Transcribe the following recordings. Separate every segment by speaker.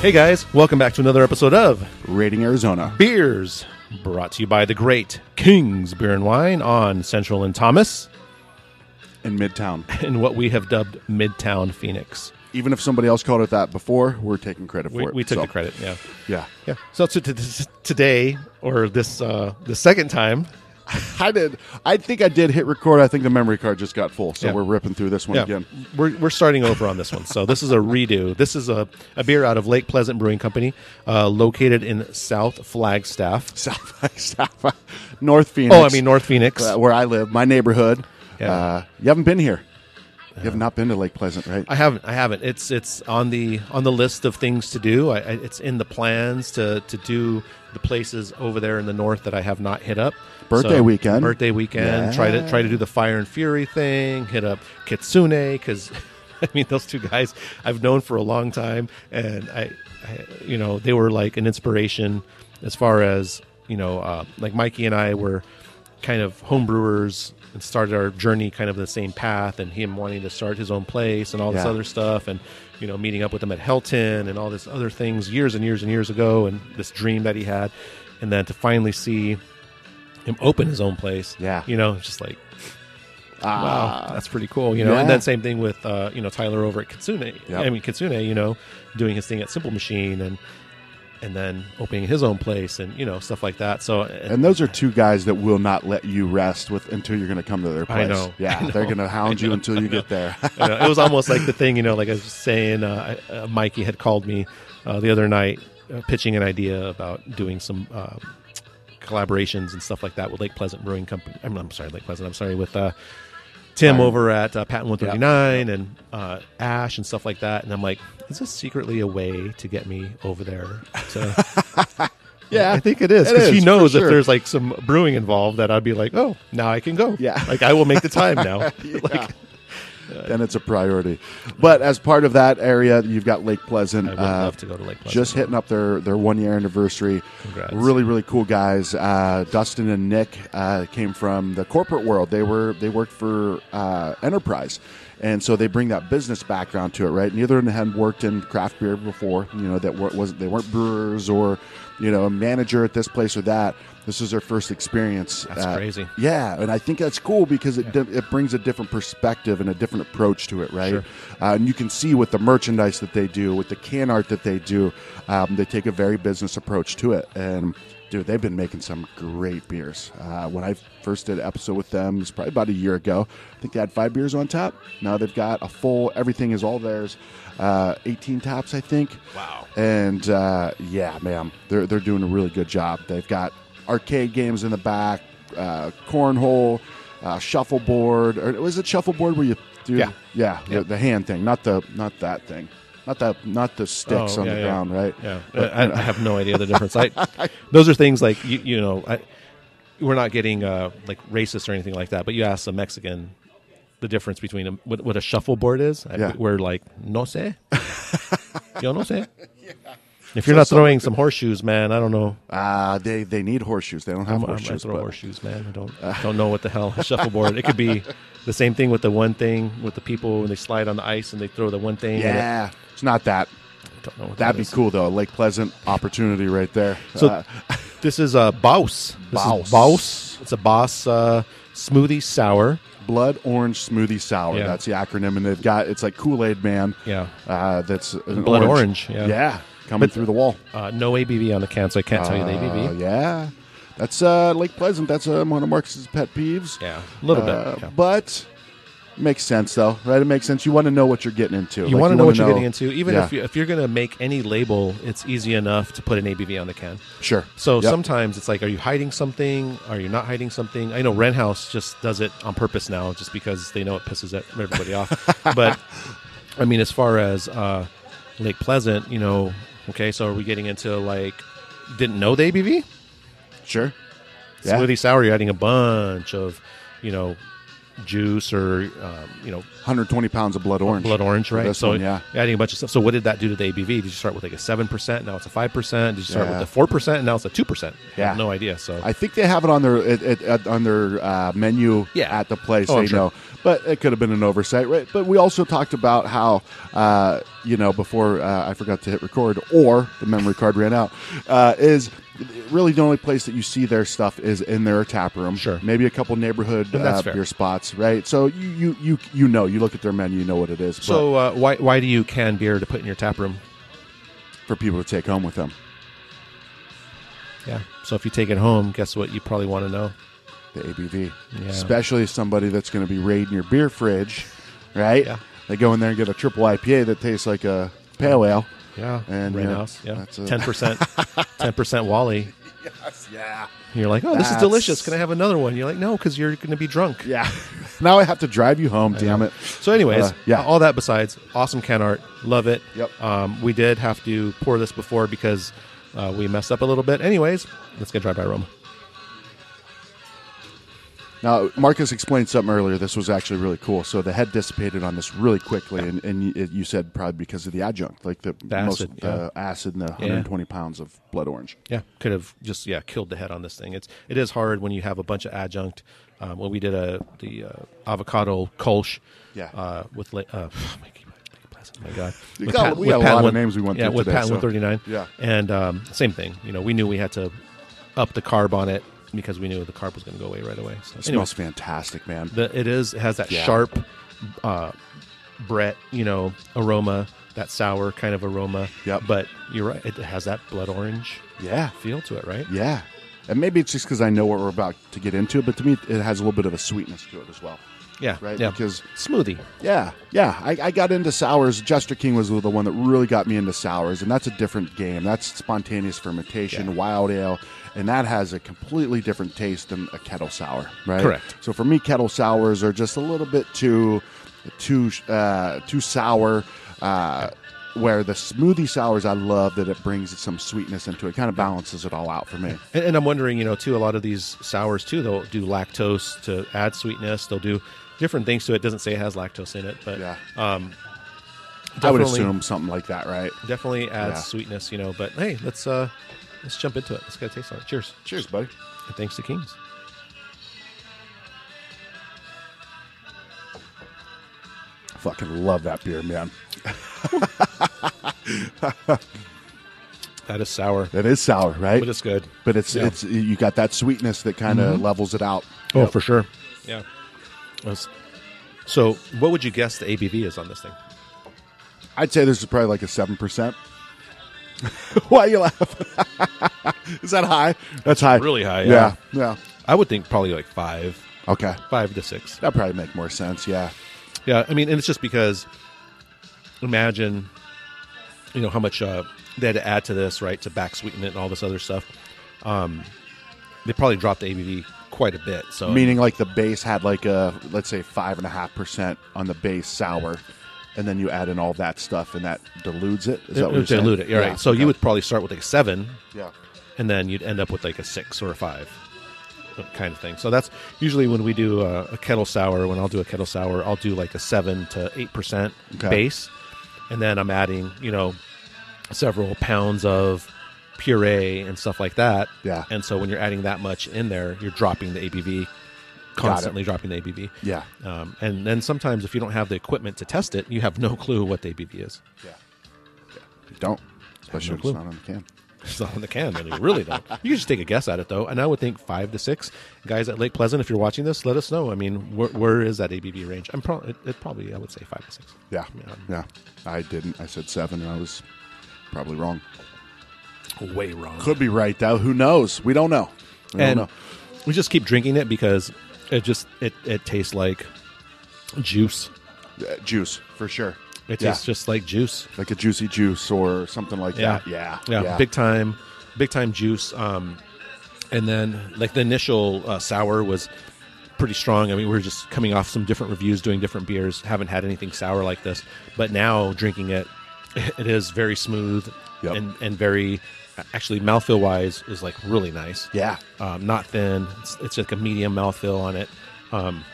Speaker 1: Hey guys, welcome back to another episode of
Speaker 2: Rating Arizona.
Speaker 1: Beers, brought to you by the great King's Beer and Wine on Central and Thomas,
Speaker 2: in Midtown.
Speaker 1: in what we have dubbed Midtown Phoenix.
Speaker 2: Even if somebody else called it that before, we're taking credit for
Speaker 1: We,
Speaker 2: it.
Speaker 1: we took
Speaker 2: So,
Speaker 1: the credit, yeah,
Speaker 2: Yeah.
Speaker 1: yeah. So to, to, to- today, or this uh, the second time,
Speaker 2: I did. I think I did hit record. I think the memory card just got full, so
Speaker 1: Yeah.
Speaker 2: we're ripping through this one
Speaker 1: yeah,
Speaker 2: again.
Speaker 1: we're we're starting over on this one. So this is a redo. This is a, a beer out of Lake Pleasant Brewing Company, uh, located in South Flagstaff.
Speaker 2: South by South, North Phoenix.
Speaker 1: Oh, I mean North Phoenix.
Speaker 2: uh, where I live, my neighborhood.
Speaker 1: Yeah.
Speaker 2: Uh, you haven't been here. You have not been to Lake Pleasant, right?
Speaker 1: I haven't. I haven't. It's it's on the on the list of things to do. I, I, it's in the plans to to do the places over there in the north that I have not hit up.
Speaker 2: Birthday weekend.
Speaker 1: Birthday weekend. Try to
Speaker 2: Yeah.
Speaker 1: try to do the Fire and Fury thing. Hit up Kitsune because I mean those two guys I've known for a long time, and I, I you know they were like an inspiration as far as you know uh, like Mikey and I were kind of homebrewers and started our journey kind of the same path and him wanting to start his own place and all this
Speaker 2: Yeah.
Speaker 1: other stuff and you know meeting up with him at Helton and all this other things years and years and years ago and this dream that he had and then to finally see him open his own place
Speaker 2: Yeah.
Speaker 1: you know it's just like
Speaker 2: Ah,
Speaker 1: wow that's pretty cool you know and
Speaker 2: Yeah.
Speaker 1: then same thing with uh, you know Tyler over at Kitsune I mean Kitsune you know doing his thing at Simple Machine and and then opening his own place and you know stuff like that so
Speaker 2: And those are two guys that will not let you rest with until you're going to come to their place.
Speaker 1: know.
Speaker 2: Yeah,
Speaker 1: I know.
Speaker 2: they're going to hound you until you get there.
Speaker 1: you know, it was almost like the thing, you know, like I was saying, uh, I- uh, Mikey had called me uh, the other night uh, pitching an idea about doing some uh, collaborations and stuff like that with Lake Pleasant Brewing Company. I'm, I'm sorry, Lake Pleasant. I'm sorry, with uh, Tim over at uh, Patent 139 and uh, Ash and stuff like that. And I'm like, is this secretly a way to get me over there? To,
Speaker 2: yeah,
Speaker 1: I think it is
Speaker 2: It
Speaker 1: because he
Speaker 2: is, for
Speaker 1: knows if
Speaker 2: sure.
Speaker 1: there's like some brewing involved that I'd be like, oh, now I can go.
Speaker 2: Yeah.
Speaker 1: like I will make the time now. like,
Speaker 2: then it's a priority. But as part of that area, you've got Lake Pleasant.
Speaker 1: I would
Speaker 2: uh,
Speaker 1: love to go to Lake Pleasant.
Speaker 2: Just hitting up their, their one year anniversary.
Speaker 1: Congrats.
Speaker 2: Really, really cool guys. Uh, Dustin and Nick uh, came from the corporate world. They were they worked for uh, Enterprise, and so they bring that business background to it. Right? Neither of them had worked in craft beer before. You know that wa- wasn't they weren't brewers or you know a manager at this place or that. This was their first experience. uh,
Speaker 1: That's crazy.
Speaker 2: Yeah, and I think that's cool because it di- it brings a different perspective and a different approach to it, right?
Speaker 1: Sure.
Speaker 2: Uh, and you can see with the merchandise that they do, with the can art that they do, um, they take a very business approach to it. And dude, they've been making some great beers. Uh, when I first did an episode with them, it's probably about a year ago. I think they had five beers on tap. Now they've got a full. Everything is all theirs. Uh, 18 tops, I think.
Speaker 1: Wow.
Speaker 2: And uh, yeah, man, they're they're doing a really good job. They've got arcade games in the back, uh, cornhole, uh, shuffleboard. Or was it shuffleboard where you do?
Speaker 1: Yeah.
Speaker 2: yeah,
Speaker 1: Yeah.
Speaker 2: The, the hand thing, not the not that thing, not the not the sticks
Speaker 1: Oh,
Speaker 2: on
Speaker 1: yeah,
Speaker 2: the
Speaker 1: yeah.
Speaker 2: ground, right?
Speaker 1: Yeah, I, I have no idea the difference. I, those are things like you, you know, I, we're not getting uh, like racist or anything like that. But you ask a Mexican the difference between a, what, what a shuffleboard is. I-
Speaker 2: Yeah.
Speaker 1: we're like no sé, yo no sé. If you're not throwing some horseshoes, man, I don't know.
Speaker 2: Uh, they they need horseshoes. They don't have
Speaker 1: I'm, I'm, I
Speaker 2: horseshoes.
Speaker 1: throw
Speaker 2: but-
Speaker 1: horseshoes, man. I don't don't know what the hell a shuffleboard. it could be the same thing with the one thing with the people when they slide on the ice and they throw the one thing. and it-
Speaker 2: yeah, it's not that.
Speaker 1: don't know what that
Speaker 2: That'd be
Speaker 1: is.
Speaker 2: cool though. Lake Pleasant opportunity right there.
Speaker 1: So
Speaker 2: Uh,
Speaker 1: this is a Baus. This
Speaker 2: Baus.
Speaker 1: Is Baus. It's a Baus uh, smoothie sour.
Speaker 2: blood orange smoothie sour.
Speaker 1: Yeah.
Speaker 2: That's the acronym, and they've got it's like Kool Aid Man.
Speaker 1: Yeah.
Speaker 2: uh, that's an
Speaker 1: Blood orange, yeah.
Speaker 2: coming through the wall.
Speaker 1: Uh, no ABV on the can, so I can't tell you the
Speaker 2: Uh,
Speaker 1: ABV.
Speaker 2: yeah, that's uh, Lake Pleasant. That's uh, one of Marcus's pet peeves.
Speaker 1: Yeah, a little
Speaker 2: Uh,
Speaker 1: bit. yeah.
Speaker 2: but makes sense though, right? It makes sense. You want to know what you're getting into.
Speaker 1: You
Speaker 2: Like,
Speaker 1: want to know
Speaker 2: wanna
Speaker 1: what you're getting into, even
Speaker 2: Yeah.
Speaker 1: if you, if you're going to make any label, it's easy enough to put an ABV on the can.
Speaker 2: Sure.
Speaker 1: So
Speaker 2: Yep.
Speaker 1: sometimes it's like, are you hiding something? Are you not hiding something? I know Renhouse just does it on purpose now, just because they know it pisses e- everybody off. But I mean, as far as uh, Lake Pleasant, you know, okay, so are we getting into like didn't know the ABV
Speaker 2: sure. Yeah.
Speaker 1: smoothie sour? You're adding a bunch of, you know, juice or um, you know
Speaker 2: 120 pounds of blood orange.
Speaker 1: blood orange,
Speaker 2: For
Speaker 1: right?
Speaker 2: this
Speaker 1: so
Speaker 2: one, yeah.
Speaker 1: you're adding a bunch of stuff. So what did that do to the ABV? Did you start with like a seven percent? Now it's a five percent. Did you start
Speaker 2: Yeah.
Speaker 1: with a four percent? And now it's a two percent.
Speaker 2: Yeah.
Speaker 1: no idea. So
Speaker 2: I think they have it on their it, it, at, on their uh, menu
Speaker 1: Yeah.
Speaker 2: at the place.
Speaker 1: Oh,
Speaker 2: they
Speaker 1: I'm sure.
Speaker 2: know, but it could have been an oversight, right? But we also talked about how uh, you know, before uh, I forgot to hit record or the memory card ran out, uh, is really the only place that you see their stuff is in their tap room.
Speaker 1: Sure.
Speaker 2: Maybe a couple neighborhood
Speaker 1: And that's
Speaker 2: uh,
Speaker 1: fair.
Speaker 2: beer spots, right? So you, you, you, you know, you look at their menu, you know what it is. but
Speaker 1: So uh, why why do you can beer to put in your tap room?
Speaker 2: for people to take home with them,
Speaker 1: Yeah. So if you take it home, guess what? You probably want to know.
Speaker 2: the ABV,
Speaker 1: Yeah.
Speaker 2: especially somebody that's going to be raiding your beer fridge, right?
Speaker 1: Yeah.
Speaker 2: They go in there and get a triple IPA that tastes like a pale ale.
Speaker 1: Yeah.
Speaker 2: And,
Speaker 1: Rain
Speaker 2: yeah,
Speaker 1: house. Yeah.
Speaker 2: that's a-
Speaker 1: Ten percent. Ten percent Wally.
Speaker 2: Yeah.
Speaker 1: And you're like, oh, this is
Speaker 2: That's-
Speaker 1: delicious. Can I have another one? You're like, no, because you're going to be drunk.
Speaker 2: Yeah. now I have to drive you home, damn it.
Speaker 1: So, anyways,
Speaker 2: Uh, yeah.
Speaker 1: all that besides, awesome can art. Love it.
Speaker 2: Yep.
Speaker 1: Um, we did have to pour this before because uh, we messed up a little bit. Anyways, let's get dry by aroma.
Speaker 2: Now, Marcus explained something earlier. This was actually really cool. So the head dissipated on this really quickly, and, and you, it- you said probably because of the adjunct, like the,
Speaker 1: The acid,
Speaker 2: most uh, acid and the 120 pounds of blood orange.
Speaker 1: Yeah, could have just yeah killed the head on this thing. It's it is hard when you have a bunch of adjunct. Um, when we did a the uh, avocado kolsch,
Speaker 2: Yeah.
Speaker 1: uh, with la- uh, my, my, my blessing, my God,
Speaker 2: We
Speaker 1: With
Speaker 2: got-
Speaker 1: Pat-
Speaker 2: we
Speaker 1: with
Speaker 2: got a
Speaker 1: Pat
Speaker 2: lot of
Speaker 1: one-
Speaker 2: names we went
Speaker 1: yeah,
Speaker 2: through
Speaker 1: with
Speaker 2: today,
Speaker 1: Pat
Speaker 2: so-
Speaker 1: 139,
Speaker 2: yeah.
Speaker 1: and um, same thing. You know, we knew we had to up the carb on it because we knew the carb was going to go away right away. So
Speaker 2: It
Speaker 1: anyway,
Speaker 2: smells fantastic, man.
Speaker 1: the, it is it has that
Speaker 2: Yeah.
Speaker 1: sharp uh Brett, you know, aroma, that sour kind of aroma.
Speaker 2: Yep.
Speaker 1: But you're right, it has that blood orange
Speaker 2: yeah,
Speaker 1: feel to it, right?
Speaker 2: yeah. And maybe it's just because I know what we're about to get into, but to me, it has a little bit of a sweetness to it as well.
Speaker 1: Yeah.
Speaker 2: Right,
Speaker 1: Yeah.
Speaker 2: because-
Speaker 1: smoothie.
Speaker 2: Yeah, yeah. I, I got into sours. Jester King was the one that really got me into sours, and that's a different game. That's spontaneous fermentation,
Speaker 1: Yeah.
Speaker 2: wild ale, and that has a completely different taste than a kettle sour, right?
Speaker 1: Correct.
Speaker 2: So for me, kettle sours are just a little bit too, too, uh, too sour. Uh, where the smoothie sours, I love that it brings some sweetness into it. Kind of balances it all out for me.
Speaker 1: And, and I'm wondering, you know, too, a lot of these sours too, they'll do lactose to add sweetness. They'll do different things to it. Doesn't say it has lactose in it, but uh,
Speaker 2: Yeah, I would
Speaker 1: definitely,
Speaker 2: assume something like that, right?
Speaker 1: definitely adds
Speaker 2: Yeah.
Speaker 1: sweetness, you know. But hey, let's uh let's jump into it. Let's get a taste on it. Cheers.
Speaker 2: Cheers, buddy.
Speaker 1: And thanks to Kings.
Speaker 2: Fucking love that beer, man.
Speaker 1: That is sour.
Speaker 2: It is sour, right?
Speaker 1: But it's good.
Speaker 2: but it's
Speaker 1: Yeah. Mm-hmm.
Speaker 2: it's you got that sweetness that kind of levels it out.
Speaker 1: Oh, for sure. Yeah. That's- So, what would you guess the ABV is on this thing?
Speaker 2: I'd say this is probably like a seven percent. Why you laugh? is that high? That's high.
Speaker 1: Really high,
Speaker 2: Yeah.
Speaker 1: yeah.
Speaker 2: Yeah.
Speaker 1: I would think probably like five,
Speaker 2: Okay.
Speaker 1: five to six.
Speaker 2: That probably make more sense. Yeah.
Speaker 1: Yeah, I mean, and it's just because imagine, you know, how much uh, they had to add to this, right, to back sweeten it and all this other stuff. Um, they probably dropped the ABV quite a bit. So,
Speaker 2: Meaning like the base had like a let's say five and a half percent on the base sour, and then you add in all that stuff and that dilutes it. Is that what
Speaker 1: dilute it.
Speaker 2: you're saying?
Speaker 1: yeah,
Speaker 2: Yeah,
Speaker 1: right. So,
Speaker 2: okay.
Speaker 1: you would probably start with like a seven,
Speaker 2: yeah.
Speaker 1: and then you'd end up with like a six or a five kind of thing. So that's usually when we do uh, a, a kettle sour. When I'll do a kettle sour, I'll do like a seven to eight percent
Speaker 2: Okay.
Speaker 1: base, and then I'm adding you know several pounds of puree and stuff like that.
Speaker 2: Yeah.
Speaker 1: And so when you're adding that much in there, you're dropping the ABV, constantly dropping the ABV.
Speaker 2: Yeah.
Speaker 1: Um, and then sometimes if you don't have the equipment to test it, you have no clue what the ABV is.
Speaker 2: Yeah. You don't. Especially
Speaker 1: no
Speaker 2: if
Speaker 1: clue.
Speaker 2: it's not on the can.
Speaker 1: It's not on the can, and you really don't. You can just take a guess at it, though. And I would think five to six guys at Lake Pleasant. If you're watching this, let us know. I mean, where, where is that ABV range? I'm probably it, it probably I would say five to six.
Speaker 2: Yeah.
Speaker 1: Yeah.
Speaker 2: Yeah. I didn't. I said seven, and I was probably wrong.
Speaker 1: Way wrong.
Speaker 2: Could be right, though. Who knows? We don't know. We
Speaker 1: and
Speaker 2: don't know.
Speaker 1: we just keep drinking it because it just it it tastes like juice.
Speaker 2: Uh, juice, for sure.
Speaker 1: It
Speaker 2: Yeah.
Speaker 1: tastes just like juice.
Speaker 2: Like a juicy juice or something like
Speaker 1: Yeah.
Speaker 2: that. Yeah.
Speaker 1: yeah, big time, big time juice. Um, and then like the initial uh, sour was pretty strong. I mean, we were just coming off some different reviews, doing different beers. Haven't had anything sour like this, but now drinking it, it is very smooth
Speaker 2: Yep.
Speaker 1: and and very actually mouthfeel wise is like really nice.
Speaker 2: Yeah.
Speaker 1: Um, not thin. It's, it's like a medium mouthfeel on it. Um,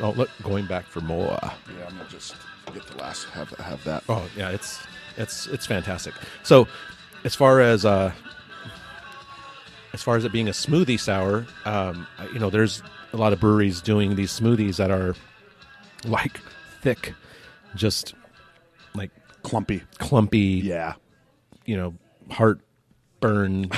Speaker 1: oh, look, going back for more.
Speaker 2: Yeah, I'm going to just get the last, have, have that.
Speaker 1: Oh yeah, it's it's it's fantastic. So, as far as uh, as far as it being a smoothie sour, um, I- you know, there's a lot of breweries doing these smoothies that are like thick, just like
Speaker 2: clumpy.
Speaker 1: clumpy,
Speaker 2: Yeah.
Speaker 1: you know, heartburn,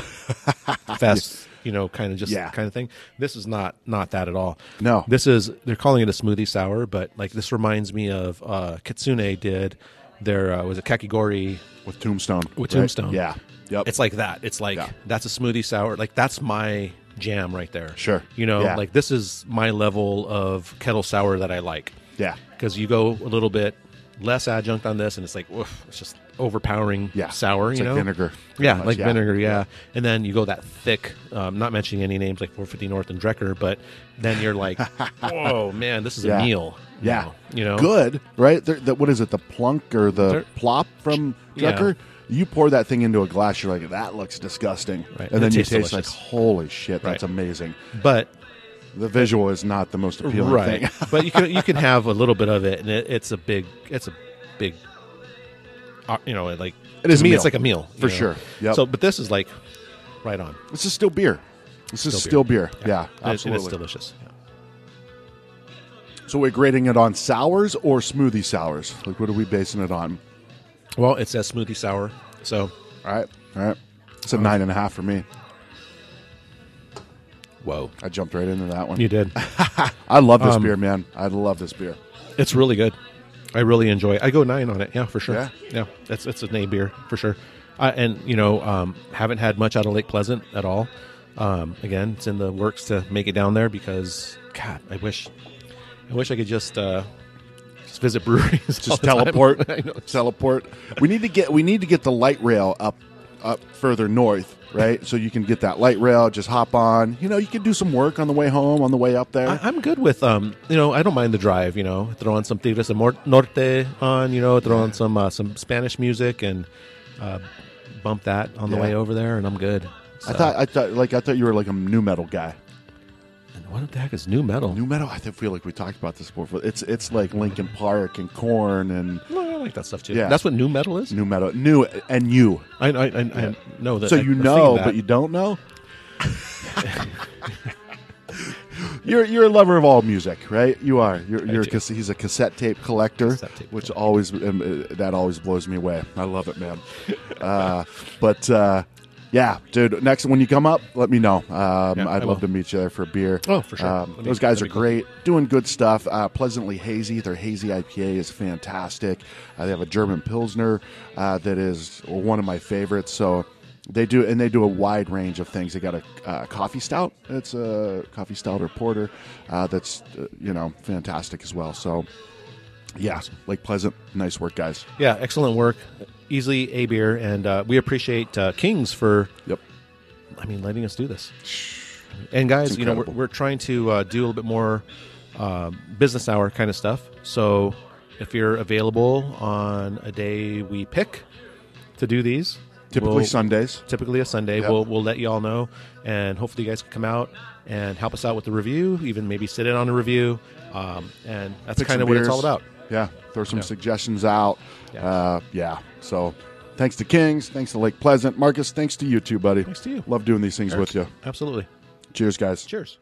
Speaker 1: fest, you know, kind of just
Speaker 2: Yeah.
Speaker 1: kind of thing. This is not not that at all.
Speaker 2: No.
Speaker 1: this is they're calling it a smoothie sour, but like this reminds me of uh, Kitsune did their uh, was it kakigori
Speaker 2: With Tombstone.
Speaker 1: with
Speaker 2: right?
Speaker 1: Tombstone.
Speaker 2: Yeah. Yep.
Speaker 1: It's like that. It's like
Speaker 2: Yeah.
Speaker 1: that's a smoothie sour. Like that's my jam right there.
Speaker 2: Sure.
Speaker 1: You know,
Speaker 2: Yeah.
Speaker 1: like this is my level of kettle sour that I like.
Speaker 2: yeah.
Speaker 1: Because you go a little bit less adjunct on this, and it's like, oof, it's just overpowering
Speaker 2: Yeah.
Speaker 1: sour.
Speaker 2: It's
Speaker 1: you
Speaker 2: like
Speaker 1: know,
Speaker 2: vinegar, pretty
Speaker 1: Yeah,
Speaker 2: much,
Speaker 1: like
Speaker 2: yeah.
Speaker 1: vinegar. Yeah, and then you go that thick. Um, not mentioning any names like 450 North and Drecker, but then you're like, whoa, man, this is
Speaker 2: Yeah.
Speaker 1: a meal.
Speaker 2: Yeah.
Speaker 1: now," you know,
Speaker 2: Good, right? They're, the, what is it? The plunk or the
Speaker 1: They're-
Speaker 2: plop from
Speaker 1: Yeah.
Speaker 2: Drucker? You pour that thing into a glass, you're like, that looks disgusting.
Speaker 1: Right.
Speaker 2: And
Speaker 1: It
Speaker 2: then you
Speaker 1: tastes
Speaker 2: taste like,
Speaker 1: delicious.
Speaker 2: holy shit, that's
Speaker 1: Right.
Speaker 2: amazing.
Speaker 1: But
Speaker 2: The visual is not the most appealing
Speaker 1: right,
Speaker 2: thing.
Speaker 1: but you can you can have a little bit of it, and it, it's a big it's a big, uh, you know, like
Speaker 2: It is
Speaker 1: to
Speaker 2: a
Speaker 1: me,
Speaker 2: meal.
Speaker 1: it's like a meal
Speaker 2: For
Speaker 1: you know?
Speaker 2: sure. Yep.
Speaker 1: So, but this is like right on.
Speaker 2: this is still beer. This is still
Speaker 1: Still
Speaker 2: beer. Yeah,
Speaker 1: And it- and
Speaker 2: absolutely.
Speaker 1: it's delicious. Yeah.
Speaker 2: so we're grading it on sours or smoothie sours? Like, what are we basing it on?
Speaker 1: Well, it says smoothie sour, so
Speaker 2: All right, all right. It's a
Speaker 1: Uh,
Speaker 2: nine and a half for me.
Speaker 1: whoa,
Speaker 2: I jumped right into that one.
Speaker 1: you Um, did.
Speaker 2: I love this beer, man. I love this beer.
Speaker 1: It's really good. I really enjoy it. I go nine on it. Yeah, for sure.
Speaker 2: Yeah.
Speaker 1: Yeah, that's it's an A beer for sure. I and you know, um, haven't had much out of Lake Pleasant at all. Um, again, it's in the works to make it down there because God, I wish, I wish I could just uh, just visit breweries. all
Speaker 2: Just
Speaker 1: the time.
Speaker 2: teleport.
Speaker 1: I know.
Speaker 2: Teleport. We need to get. We need to get the light rail up, up further north, right? so you can get that light rail. Just hop on. You know, you can do some work on the way home, on the way up there.
Speaker 1: I, I'm good with um, you know, I don't mind the drive. You know, throw on some Tigres del Mor- Norte on. You know, throw on some uh, some Spanish music and uh, bump that on the
Speaker 2: Yeah.
Speaker 1: way over there, and I'm good.
Speaker 2: I
Speaker 1: So-
Speaker 2: thought. I thought. Like, I thought you were like a new metal guy.
Speaker 1: and what the heck is new metal?
Speaker 2: New metal. I th- feel like we talked about this before. but It's it's like Linkin Park and Corn and
Speaker 1: No, I like that stuff too.
Speaker 2: Yeah.
Speaker 1: That's what new metal is.
Speaker 2: new metal. New and you.
Speaker 1: I, I, I, I know that.
Speaker 2: So
Speaker 1: I-
Speaker 2: you
Speaker 1: I've seen
Speaker 2: know,
Speaker 1: that.
Speaker 2: but you don't know. you're you're a lover of all music, right? You are. You're, you're a
Speaker 1: do.
Speaker 2: cas- he's a cassette tape collector,
Speaker 1: Cassette tape
Speaker 2: which always um, uh, that always blows me away. I love it, man. uh, but uh, yeah, dude. Next when you come up, let me know. Um,
Speaker 1: I
Speaker 2: I'd
Speaker 1: will.
Speaker 2: love to meet you there for a beer.
Speaker 1: Oh, for sure.
Speaker 2: Um,
Speaker 1: Let me-
Speaker 2: those guys are
Speaker 1: that'd be cool.
Speaker 2: great, doing good stuff. Uh, pleasantly hazy. Their hazy IPA is fantastic. Uh, they have a German Pilsner uh, that is one of my favorites. So they do, and they do a wide range of things. They got a uh, coffee stout. It's a coffee stout or porter uh, that's uh, you know fantastic as well. So yeah, Lake Pleasant, nice work, guys.
Speaker 1: yeah, excellent work. Easily a beer, and uh, we appreciate uh, Kings for
Speaker 2: Yep.
Speaker 1: I mean, letting us do this. And guys,
Speaker 2: It's
Speaker 1: you know, we're,
Speaker 2: incredible.
Speaker 1: we're trying to uh, do a little bit more uh, business hour kind of stuff. So if you're available on a day we pick to do these,
Speaker 2: Typically
Speaker 1: we'll-
Speaker 2: Sundays.
Speaker 1: typically a Sunday.
Speaker 2: Yep.
Speaker 1: We'll we'll let you all know, and hopefully you guys can come out and help us out with the review. Even maybe sit in on a review, um, and that's
Speaker 2: Pick
Speaker 1: kind of
Speaker 2: some
Speaker 1: what it's
Speaker 2: beers.
Speaker 1: all about.
Speaker 2: Yeah, throw some
Speaker 1: Yeah.
Speaker 2: suggestions out.
Speaker 1: Yeah.
Speaker 2: Uh, yeah. So thanks to Kings. Thanks to Lake Pleasant. Marcus, thanks to you too, buddy.
Speaker 1: Thanks to you.
Speaker 2: Love doing these things with you.
Speaker 1: Absolutely.
Speaker 2: Cheers, guys.
Speaker 1: Cheers.